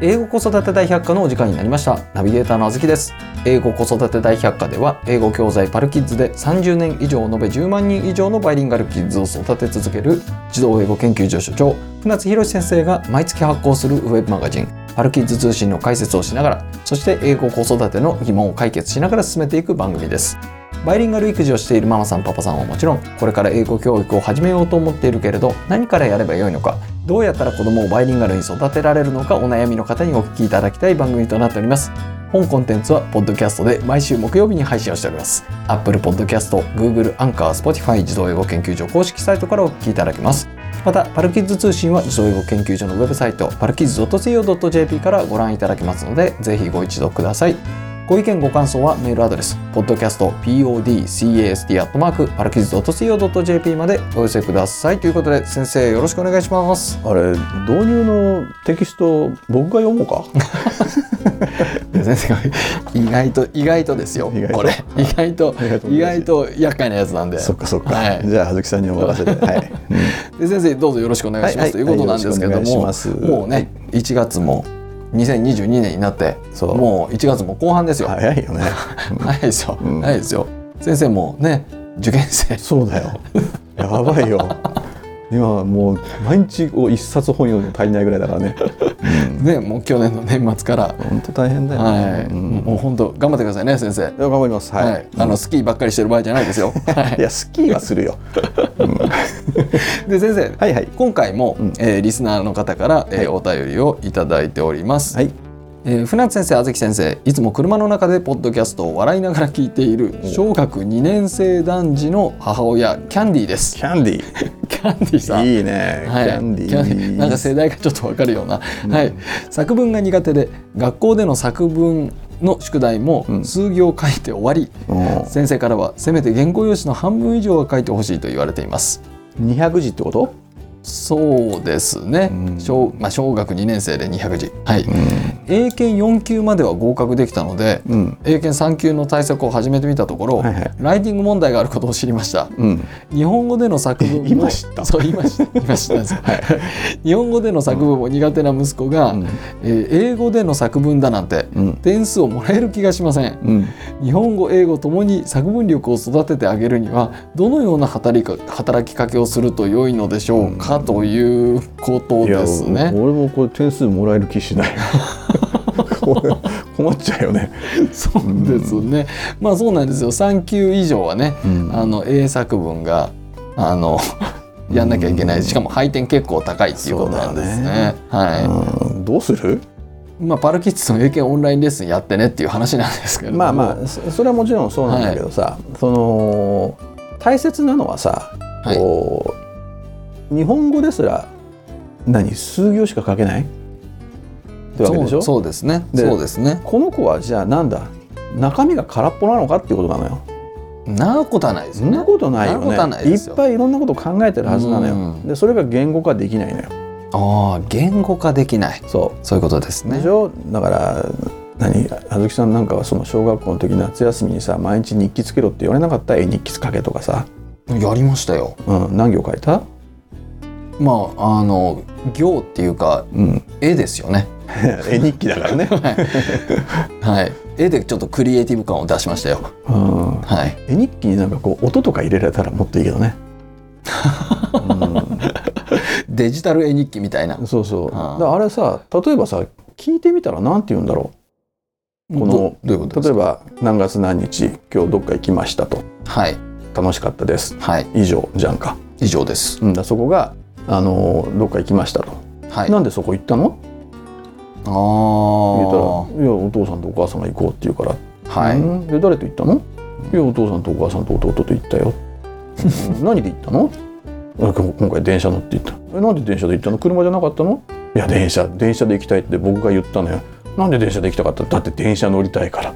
英語子育て大百科のお時間になりましたナビゲーターのあずきです英語子育て大百科では英語教材パルキッズで30年以上延べ10万人以上のバイリンガルキッズを育て続ける児童英語研究所所長船津博史先生が毎月発行するウェブマガジンパルキッズ通信の解説をしながらそして英語子育ての疑問を解決しながら進めていく番組ですバイリンガル育児をしているママさんパパさんはもちろんこれから英語教育を始めようと思っているけれど何からやればよいのかどうやったら子供をバイリンガルに育てられるのかお悩みの方にお聞きいただきたい番組となっております本コンテンツはポッドキャストで毎週木曜日に配信をしております Apple Podcast、Google、Anchor、Spotify 自動英語研究所公式サイトからお聞きいただけますまたパルキッズ通信は自動英語研究所のウェブサイトパルキッズ .co.jp からご覧いただけますのでぜひご一読くださいご意見ご感想はメールアドレス podcastpodcast.parkiz.co.jp までお寄せくださいということで先生よろしくお願いしますあれ導入のテキスト僕が読もう か先生が意外と意外とですよ意外とこれ意外と意外と意外と厄介なやつなんでそっかそっか、はい じゃあ葉月さんにお任せではい、で先生どうぞよろしくお願いします、はいはいということなんですけどはいよもろしくお願いしますもうね1月も2022年になってそうもう1月も後半ですよ、早いよね、うんないですよ、うんないですよ先生もね受験生そうだよやばいよ今もう毎日を一冊本読んで足りないぐらいだからねねもう去年の年末から本当大変だよね、はい、うんもう本当頑張ってくださいね先生。頑張りますは、はいい、あのスキーばっかりしてる場合じゃないですよ。はいやスキーはするよい、で先生、はいはい今回も、うんえーリスナーの方から、えーお便りをいただいております。はいえー船津先生、あずき先生、いつも車の中でポッドキャストを笑いながら聞いているお小学2年生男児の母親キャンディーです。キャンディキャンディーさん。ーいいね、はい、キャンディーなんか世代がちょっとわかるような、はい、作文が苦手で学校での作文の宿題もうん数行書いて終わり、うん先生からはせめて原稿用紙の半分以上は書いてほしいと言われています200字ってこと、そうですね、うん小まあ、小学2年生で200字はい、英検4級までは合格できたので、うん英検3級の対策を始めてみたところ、はいはいライティング問題があることを知りましたうん、日本語での作文もいましたそういましたいました です、日本語での作文も苦手な息子が、うんえー英語での作文だなんて、うん点数をもらえる気がしません、うん、日本語英語ともに作文力を育ててあげるにはどのような働きか働きかけをすると良いのでしょうか、ということいやですね。俺もこれ点数もらえる気しない これ困っちゃうよね、そうですね。まあそうなんですよ。3級以上はね、うんあの英作文があ のやんなきゃいけない。しかも配点結構高いっていうことなんですそうね。だよねはうんどうするい。まあパルキッズの英検オンラインレッスンやってねっていう話なんですけれども。まあまあそそれはもちろんそうなんだけどさ、その大切なのはさ、はいこう日本語ですら何数行しか書けないってわけでしそょうそうですね。でそうですね。この子はじゃあなんだ中身が空っぽなのかっていうことなのよ。なことはないですそよんねな。ことないよそんなことはなねいいですよっぱいいろんなことを考えてるはずなのうよんでそれが言語化できないのよああ言語化できない。そそういうことですうでねし。ょだから何あずきさんなんかはその小学校の時夏休みにさ毎日日記つけろって言われなかった絵日記つかけとかさ、やりましたよ。うん、何行書いた、まああの行っていうかうん、絵ですよ ね。 絵日記だからね、はい。絵でちょっとクリエイティブ感を出しましたよ。うん、はい。絵日記になんかこう音とか入れられたらもっといいけどね、デジタル絵日記みたいなう。ん、そうそうだあーからあれさ例えばさ聞いてみたらなんて言うんだろうこのどどういうことです例えか。ば何月何日今日どっか行きましたとはい楽しかったですはい以上じゃんか以上です。うん、だからそこが、あのーどっか行きましたと、はい。あなんでそこ行ったのあ言ったー。ら「いやお父さんとお母さんが行こう」って言うから「はい。うんで誰と行ったの?」「いやお父さんとお母さんと弟と行った よ」うん何で行ったの?あ」今今回電車乗って行った」え「なんで電車で行ったの車じゃなかったの?」「いや電車電車で行きたい」って僕が言ったのよ「なんで電車で行きたかったのだって電車乗りたいから」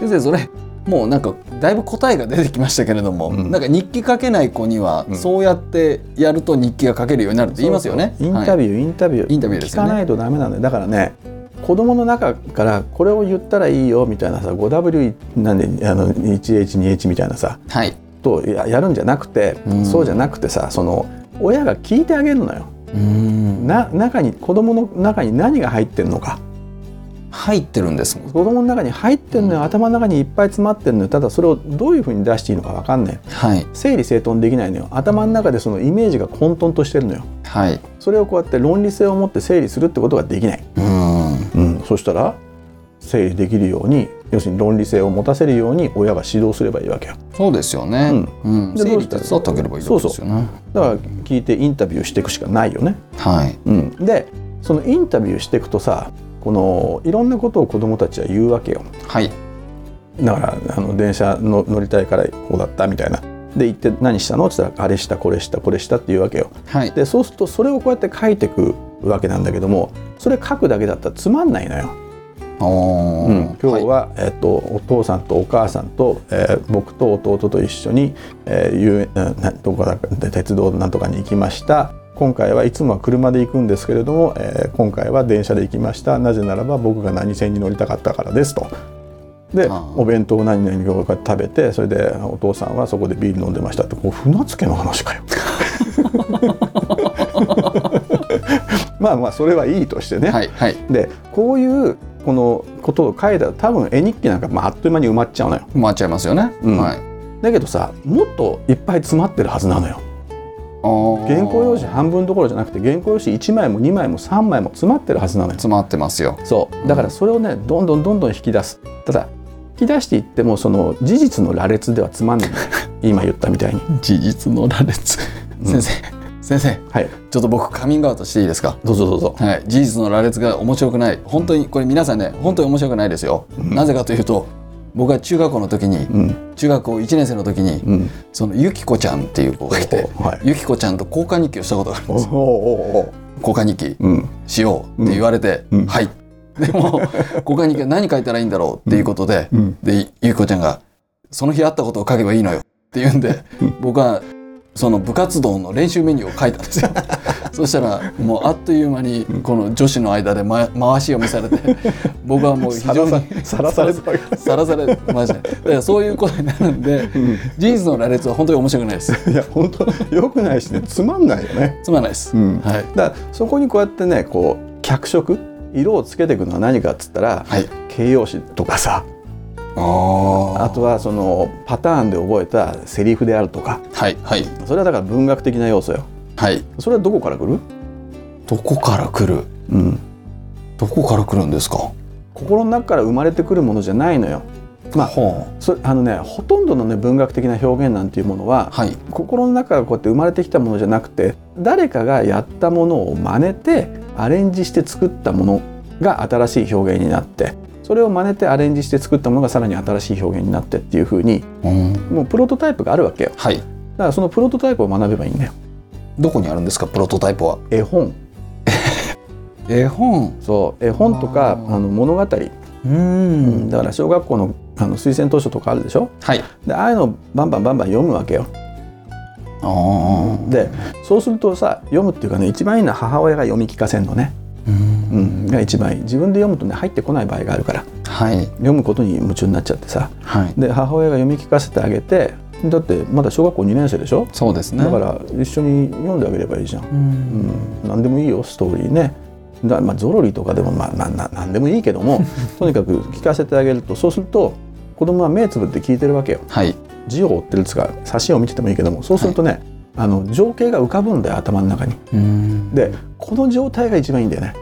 先生それ。もうなんかだいぶ答えが出てきましたけれども、うんなんか日記書けない子には、うんそうやってやると日記が書けるようになるって言いますよね。そうそうインタビビュー、インタビューインタビューですよ聞ねかないとダメなんだよだからね子供の中からこれを言ったらいいよみたいなさ 5W なんであの 1H2H みたいなさはい。はい。とややるんじゃなくて、うんそうじゃなくてさその親が聞いてあげるのよ。ううんな中に子供の中に何が入ってるのか入ってるんですもん子供の中に入ってるのよ頭の中にいっぱい詰まってるのよただそれをどういうふうに出していいのか分かんないはい整理整頓できないのよ頭の中でそのイメージが混沌としてるのよはいそれをこうやって論理性を持って整理するってことができない、うんうん、そしたら整理できるように要するに論理性を持たせるように親が指導すればいいわけよそうですよねうん、じゃあ整どう理した手ら伝ってあげればいいわけですよねだから聞いてインタビューしていくしかないよね、はいうん、でそのインタビューしていくとさこのいろんなことを子どもたちは言うわけよはいだからあの電車の乗りたいからこうだったみたいなで行って何したのって言ったらあれしたこれしたこれしたっていうわけよはいでそうするとそれをこうやって書いてくわけなんだけどもそれ書くだけだったらつまんないのよ、おーうん今日は、えっと、お父さんとお母さんと、えー僕と弟と一緒に、えー遊園うんなどこだかで鉄道なんとかに行きました今回はいつもは車で行くんですけれども、えー今回は電車で行きましたなぜならば僕が何線に乗りたかったからですと。あでーお弁当を何々を食べてそれでお父さんはそこでビール飲んでましたってこう船付けの話 かよ。まあまあそれはいいとしてね。はいはいでこういうこのことを書いたら多分絵日記なんかまああっという間に埋まっちゃうのよ回っちゃいますよね、うんはいだけどさもっといっぱい詰まってるはずなのよ原原稿用紙半分どころじゃなくて原稿用紙1枚も2枚も3枚も詰まってるはずなのよ詰まってますよそうだからそれをねどんどんどんどん引き出すただ引き出していってもその事実の羅列ではつまん ない今言ったみたいに事実の羅列うん先生、先生はいちょっと僕カミングアウトしていいですかどうぞどうぞはい、事実の羅列が面白くない本当にこれ皆さんね本当に面白くないですよ、んなぜかというと僕は中学校の時に、うん中学校1年生の時に、うんそのゆきこちゃんっていう子がいてはいゆきこちゃんと交換日記をしたことがあるんおでおすおお交換日記うんしようって言われて、うんうんはいでも交換日記は何書いたらいいんだろうっていうことで、うんでゆきこちゃんが「その日あったことを書けばいいのよ」って言うんで僕はその部活動の練習メニューを書いたんです よそしたらもうあっという間にこの女子の間で、ま、回し読みされて僕はもう非さ常らにささらされたわけさらされましたねだからそういうことになるんで、事実の羅列は本当に面白くないですいや本当良くないしねつまんないよねつまらないです、うんはいだからそこにこうやってねこう脚色色をつけていくのは何かっつったら、はい形容詞とかさああとはそのパターンで覚えたセリフであるとかはいはいそれはだから文学的な要素よはいそれはどこから来る、どこから来るうん、どこから来るんですか心の中から生まれてくるものじゃないのよまあほそあのねほとんどのね文学的な表現なんていうものは、はい心の中からこうやって生まれてきたものじゃなくて誰かがやったものを真似てアレンジして作ったものが新しい表現になってそれを真似てアレンジして作ったものがさらに新しい表現になってっていう風にうんもうプロトタイプがあるわけよだはいからそのプロトタイプを学べばいいんだよどこにあるんですかプロトタイプは絵本絵本そう絵本とあかーあの物語、ううんんだから小学校のあの推薦図書とかあるでしょはいでああいうのをバンバンバンバン読むわけよああでそうするとさ読むっていうかね一番いいのは母親が読み聞かせんのねうんうん、が一番いい自分で読むとね入ってこない場合があるからはい読むことに夢中になっちゃってさはいで母親が読み聞かせてあげてだってまだ小学校2年生でしょそうですねだから一緒に読んであげればいいじゃん、ううんん、何でもいいよストーリーねだまあ、ゾロリとかでも、まあ、なな何でもいいけど もとにかく聞かせてあげるとそうすると子供は目つぶって聞いてるわけよはい字を追ってるっつうか挿しを見ててもいいけどもそうするとね、あの情景が浮かぶんだよ頭の中にうんでこの状態が一番いいんだよね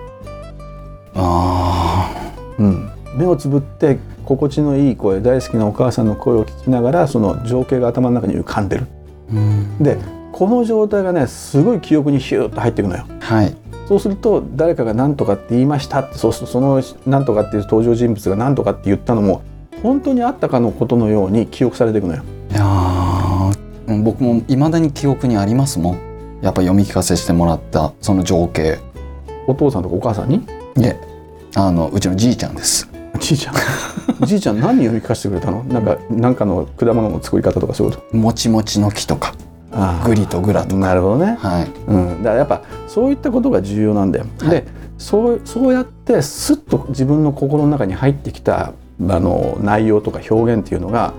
あうん、目をつぶって心地のいい声大好きなお母さんの声を聞きながらその情景が頭の中に浮かんでるあうんでこの状態がねすごい記憶にヒューッと入っていくのよはいそうすると誰かが何とかって言いましたってそうするとその何とかっていう登場人物が何とかって言ったのも本当にあったかのことのように記憶されていくのよいやーうん僕も未だに記憶にありますもんやっぱ読み聞かせしてもらったその情景お父さんとかお母さんにであのうちのじいちゃんですじいちゃん じいちゃん何読み聞かせてくれたのなんかなんかの果物の作り方とかそういうこともちもちの木とかあグリとグラとあなるほどねはいうん、だからやっぱそういったことが重要なんだよ。でそうそうやってスッと自分の心の中に入ってきたあの内容とか表現っていうのが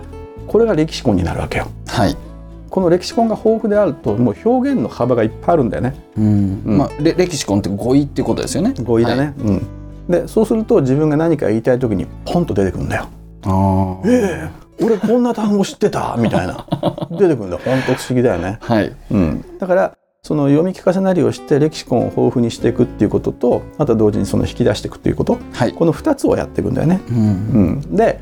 これが歴史婚になるわけよ。はいこの歴史本が豊富であるともう表現の幅がいっぱいあるんだよねうんうんまあ、レレキシコンって語彙っていうことですよね語彙だはいね、うん、でそうすると自分が何か言いたい時にポンと出てくるんだよあ「ええ俺こんな単語知ってた」みたい な出てくるんだよほんと不思議だよね、あはいうん、だからその読み聞かせなりをしてレキシコンを豊富にしていくっていうこととあとは同時にその引き出していくっていうことはいこの2つをやっていくんだよねうんうん、で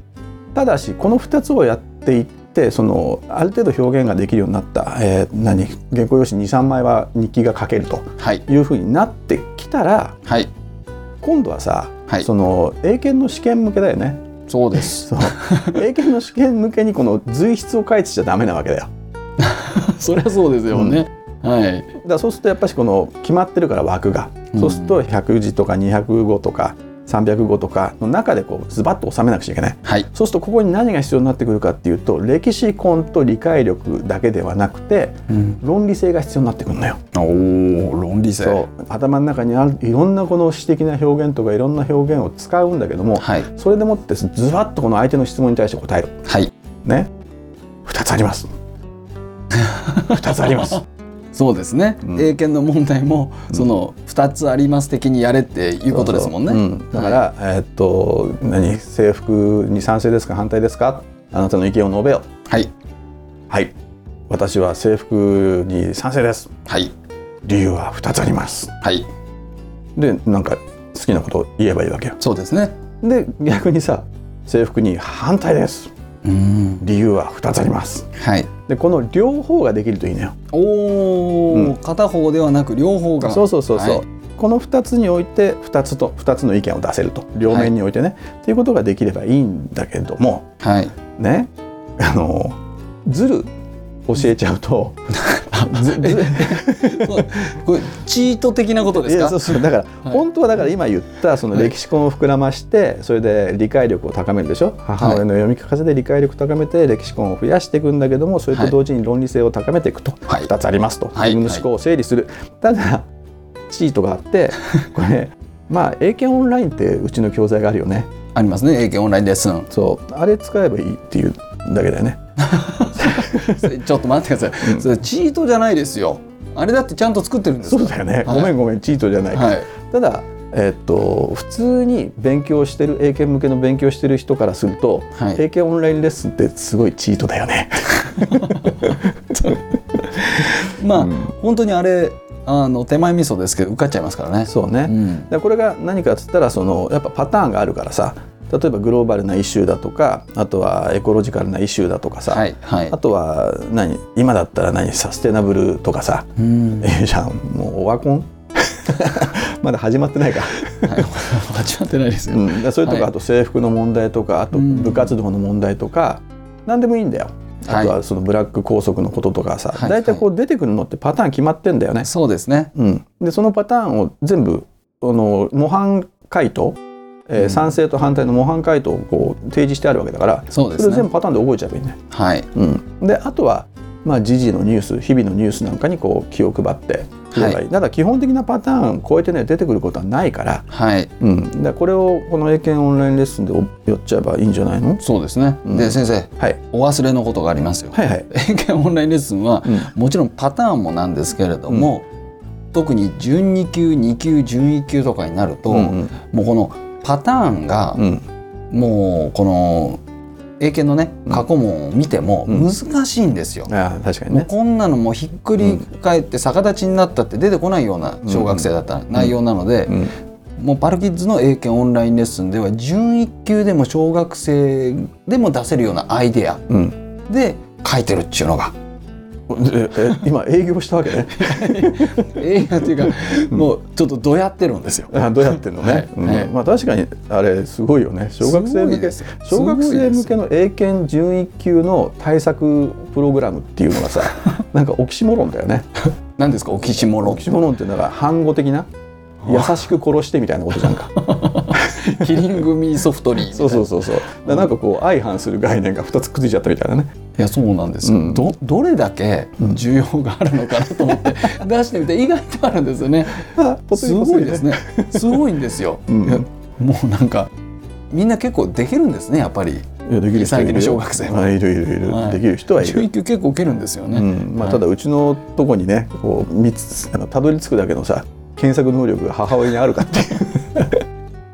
ただしこの2つをやっていってそのある程度表現ができるようになった、えー何原稿用紙23枚は日記が書けるとはいいうふうになってきたらはい今度はさ、はいその英検の試験向けだよね。そう ですそう英検の試験向けにこの随筆を書いてちゃダメなわけだよ。そりゃそうですよね、はいだからそうするとやっぱりこの決まってるから枠がそうすると100字とか200語とか300語とかの中でこうズバッと収めなくちゃいけない。はいそうするとここに何が必要になってくるかっていうと歴史根と理解力だけではなくてうん論理性が必要になってくるんだよ。おお論理性そう頭の中にあるいろんなこの詩的な表現とかいろんな表現を使うんだけどもはいそれでもってズバッとこの相手の質問に対して答える。はいね。2つあ ります。2つあります。そうですね、うん英検の問題もその二つあります的にやれっていうことですもんね、そうそううんだから、えーっと何制服に賛成ですか反対ですかあなたの意見を述べよ。はいはい。私は制服に賛成です。はい理由は2つありますはいでなんか好きなことを言えばいいわけよそうですねで逆にさ制服に反対ですうん理由は2つありますはいでこの両方ができるといいのよおお、うん片方ではなく両方がそうそうそうそう、はいこの2つにおいて2つと2つの意見を出せると両面においてね、っていうことができればいいんだけども はいねあのずる教えちゃ うとずずそうこれチート的なことでいすやかそうそうだから、はい本当はだから今言ったそのはい歴史婚を膨らましてそれで理解力を高めるでしょ、母親の読み聞かせで理解力を高めて歴史婚を増やしていくんだけどもそれと同時に論理性を高めていくと、はい2つありますと、はい自分の思考を整理する、ただチートがあって これまあ英検オンラインってうちの教材があるよねありますね英検オンラインレッスンそうあれ使えばいいっていうだけだよねそれちょっと待ってください、それチートじゃないですよあれだってちゃんと作ってるんですそかうだよね、はいごめんごめんチートじゃないから、はいただえっと普通に勉強してる英検向けの勉強してる人からすると、はい英検オンラインレッスンってすごいチートだよ ね。まあ、うん本当にあれあの手前味噌ですけど受かっちゃいますからねそうね、んでこれが何かっつったらそのやっぱパターンがあるからさ例えばグローバルなイシューだとかあとはエコロジカルなイシューだとかさ、はいはいあとは何今だったら何サステナブルとかさ、うん、えじゃあもうオワコン まだ始まってないか。はい、始まってないですよ、うん、だからそういうとこ、はいあと制服の問題とかあとうん部活動の問題とか、何でもいいんだよ。はいあとはそのブラック校則のこととかさ、はい大体こう出てくるのってパターン決まってんだよね。そうですねうん、でそのパターンを全部あの模範回答、えーうん賛成と反対の模範回答をこう提示してあるわけだからそうですそれをね全部パターンで覚えちゃえばいいね。はいうん、であとは、まあ、時事のニュース日々のニュースなんかにこう気を配っていればいい、はただ基本的なパターンを超えてね出てくることはないから、はいうん、だこれをこの英検オンラインレッスンでやっちゃえばいいんじゃないのそうですね、うんで先生はいお忘れのことがありますよはいはい、英検オンラインレッスンは、 うんもちろんパターンもなんですけれども、特に準2級2級準1級とかになると、うんうんもうこのパターンが、うんもうこの英検のねうん過去問を見てもうん難しいんですよ。ああ確かにもうね。こんなのもうひっくり返って逆立ちになったって出てこないような小学生だった内容なので、うんもうパルキッズの英検オンラインレッスンでは準1級でも小学生でも出せるようなアイデアうん、で書いてるっちゅうのがええ今営業したわけ ね。映画っていうか もうちょっとどやってるんですよ。あどうやってんのね。はいうんはいまあ確かにあれすごいよね。小学生向すごけいです小学生向すごいですけの英検準一級の対策プログラムっていうのが さ、なんかオキシモロンだよね。何ですかオキシモロオンキシモロンっていうのが反語的な優しく殺してみたいなことじゃんか。 キリングミーソフトリーみたいな そうそうそうそう。だからなんかこう相反する概念が二つくっついちゃったみたいなね。いやそうなんですよ、うんどどれだけ需要があるのかなと思って出してみて意外とあるんですよねあポツすリポツごリいですねすごいんですよ、うんいやもうなんかみんな結構できるんですねやっぱりいやできる人はい最るよ近の小学生もあいるいるいる、はいできる人はい中る、級結構受けるんですよね、うんまあ、はいただうちのとこにねこう見つあのたどり着くだけのさ検索能力が母親にあるかっていう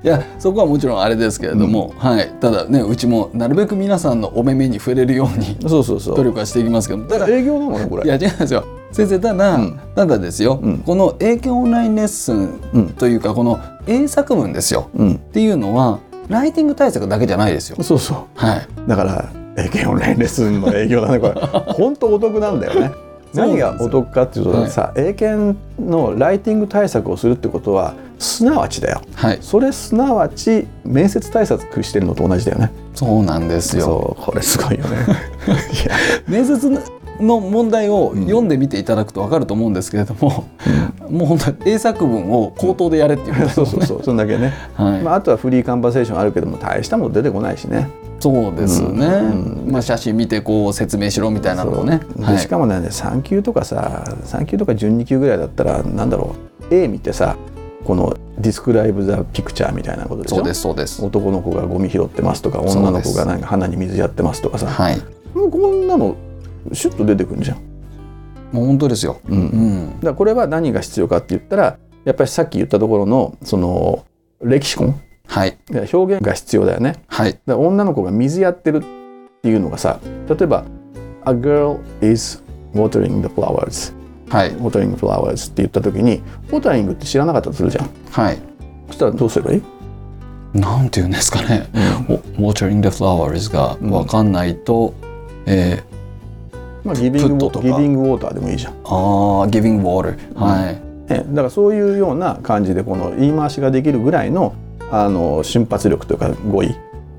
いやそこはもちろんあれですけれども、はい、ただねうちもなるべく皆さんのお目目に触れるように そうそうそ努う力はしていきますけどただい営業なのねこれや違うんですよ先生ただ、うんただですよ、うんこの英検オンラインレッスンうんというかこの英作文ですようんっていうのはライティング対策だけじゃないですよ。そうそはい、うだから英検オンラインレッスンの営業だ ねこれ本当お得なんだよねそうなんで何すよがお得かっていうとさ、英検のライティング対策をするってことはすなわちだよはい、それすなわち面接対策してるのと同じだよねそうなんですよ。そうこれすごいよねいや面接の問題を読んでみていただくと分かると思うんですけれども、もう本当に英作文を口頭でやれっていうことです そねうそうそうそんだけね、はいまあ、あとはフリーカンバセーションあるけども大したもん出てこないしねそうですね、うんまあ、写真見てこう説明しろみたいなのをねそうではいしかもね3級とかさ3級とか12級ぐらいだったらなんだろう絵見てさこの「ディスクライブ・ザ・ピクチャー」みたいなことでしょそうですそうです男の子がゴミ拾ってますとかそうです女の子がなんか鼻に水やってますとかさはいもうこんなのシュッと出てくるじゃん。もう本当ですよ、うんうん、だからこれは何が必要かって言ったらやっぱりさっき言ったところのそのレキシコンはい表現が必要だよね。はいだから女の子が水やってるっていうのがさ例えば「A girl is watering the flowers」はい「watering the flowers」って言った時に「watering」って知らなかったとするじゃんはいそしたらどうすればいいなんていうんですかね「お Watering the Flowers」が分かんないと、えまあ、ギビングウプットォとーかギビングウォーターでもいいじゃん、ねー、ああ Giving Water、はいだからそういうような感じでこの言い回しができるぐらいのあの瞬発力というか語彙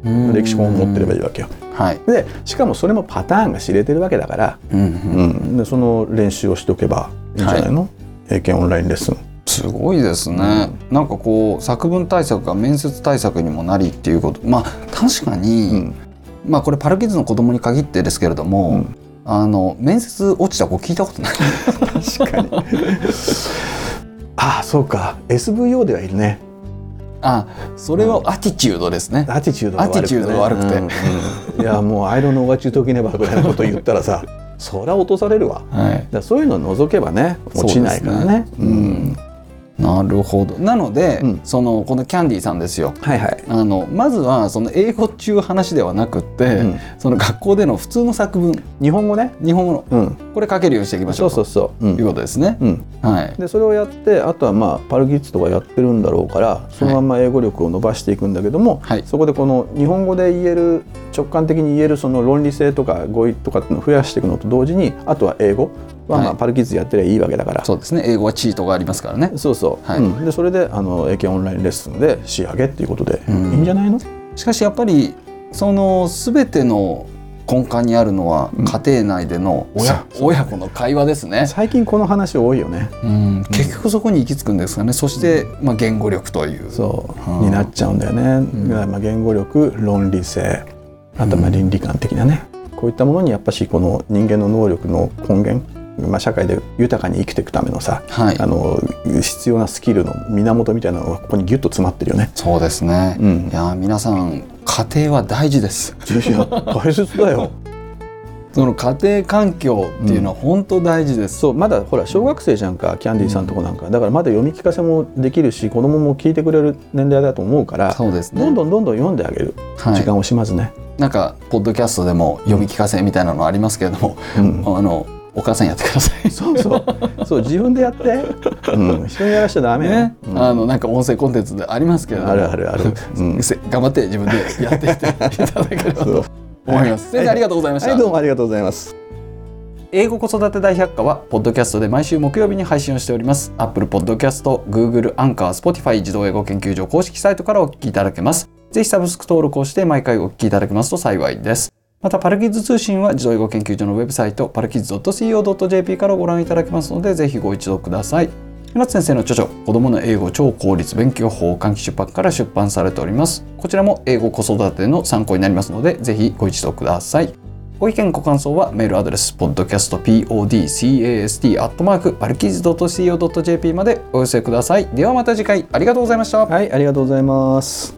うん歴史本を持ってればいいわけよはい、でしかもそれもパターンが知れてるわけだから、うんうん、うんでその練習をしておけばいいんじゃないの、英検オンラインレッスンすごいですね、なんかこう作文対策が面接対策にもなりっていうことまあ確かに、うんまあこれパルキッズの子供に限ってですけれども、あの面接落ちた子聞いた ことない確かにああそうか SVO ではいるねあそれはアティチュードですね、アティチュードが悪くアテて、ね、ィチュードが悪くてうんうんいやもうアイロンのおがちゅうときねばぐらいなこと言ったらさそりゃ落とされるわだかはいらそういうのを除けばね落ちないからねそうですねうんなるほどなので、うんそのこのキャンディーさんですよはいはい、あのまずはその英語中話ではなくって、うんその学校での普通の作文日本語ね日本語のうんこれ書けるようにしていきましょそううそうそう、うというんことですね、うん、はいでそれをやってあとはまあパルギッズとかやってるんだろうからそのまんま英語力を伸ばしていくんだけども、はいそこでこの日本語で言える直感的に言えるその論理性とか語彙とかっていうのを増やしていくのと同時にあとは英語はまはあいパルギッズやってりゃいいわけだから、そうですね英語はチートがありますからねそうそう、はいうんでそれであの英検オンラインレッスンで仕上げっていうことでいいんんじゃないの、しかしやっぱりその全ての根幹にあるのは家庭内での親,、親子の会話ですね、最近この話多いよねうん、結局そこに行き着くんですかねそして、まあ、言語力というそう、うんになっちゃうんだよね、だからまあ言語力論理性あとまあ倫理観的なね、こういったものにやっぱしこの人間の能力の根源、まあ、社会で豊かに生きていくためのさ、はいあの必要なスキルの源みたいなのがここにギュッと詰まってるよね。そうですね、うんいやー皆さん家庭は大事ですいや大切だ よその家庭環境っていうのは本当大事です、そうまだほら小学生じゃんかキャンディーさんとこなんかだからまだ読み聞かせもできるし子供も聞いてくれる年代だと思うからそうですねどんどんどんどん読んであげる、はい時間を惜しまずね。なんかポッドキャストでも読み聞かせみたいなのありますけれども、うんあのお母さんやってくださいそうそう、そう自分でやって、うん、人にやらしちゃダメよ ね、うんあのなんか音声コンテンツでありますけれどもあるあるある、 うん、せ頑張って自分でやっていっていただければそうと思います。先生ありがとうございました。はい、どうもありがとうございます。英語子育て大百科はポッドキャストで毎週木曜日に配信をしております。Apple Podcast、Google、アンカー、Spotify 自動英語研究所公式サイトからお聞きいただけます。ぜひサブスク登録をして毎回お聞きいただけますと幸いです。またパルキッズ通信は自動英語研究所のウェブサイトパルキッズ .co.jp からご覧いただけますのでぜひご一読ください。船津先生の著書「子供の英語超効率勉強法」換気出版から出版されております。こちらも英語子育ての参考になりますのでぜひご一読ください。ご意見、ご感想はメールアドレス、podcastpodcast.co.jp までお寄せください。ではまた次回ありがとうございました。はい、ありがとうございます。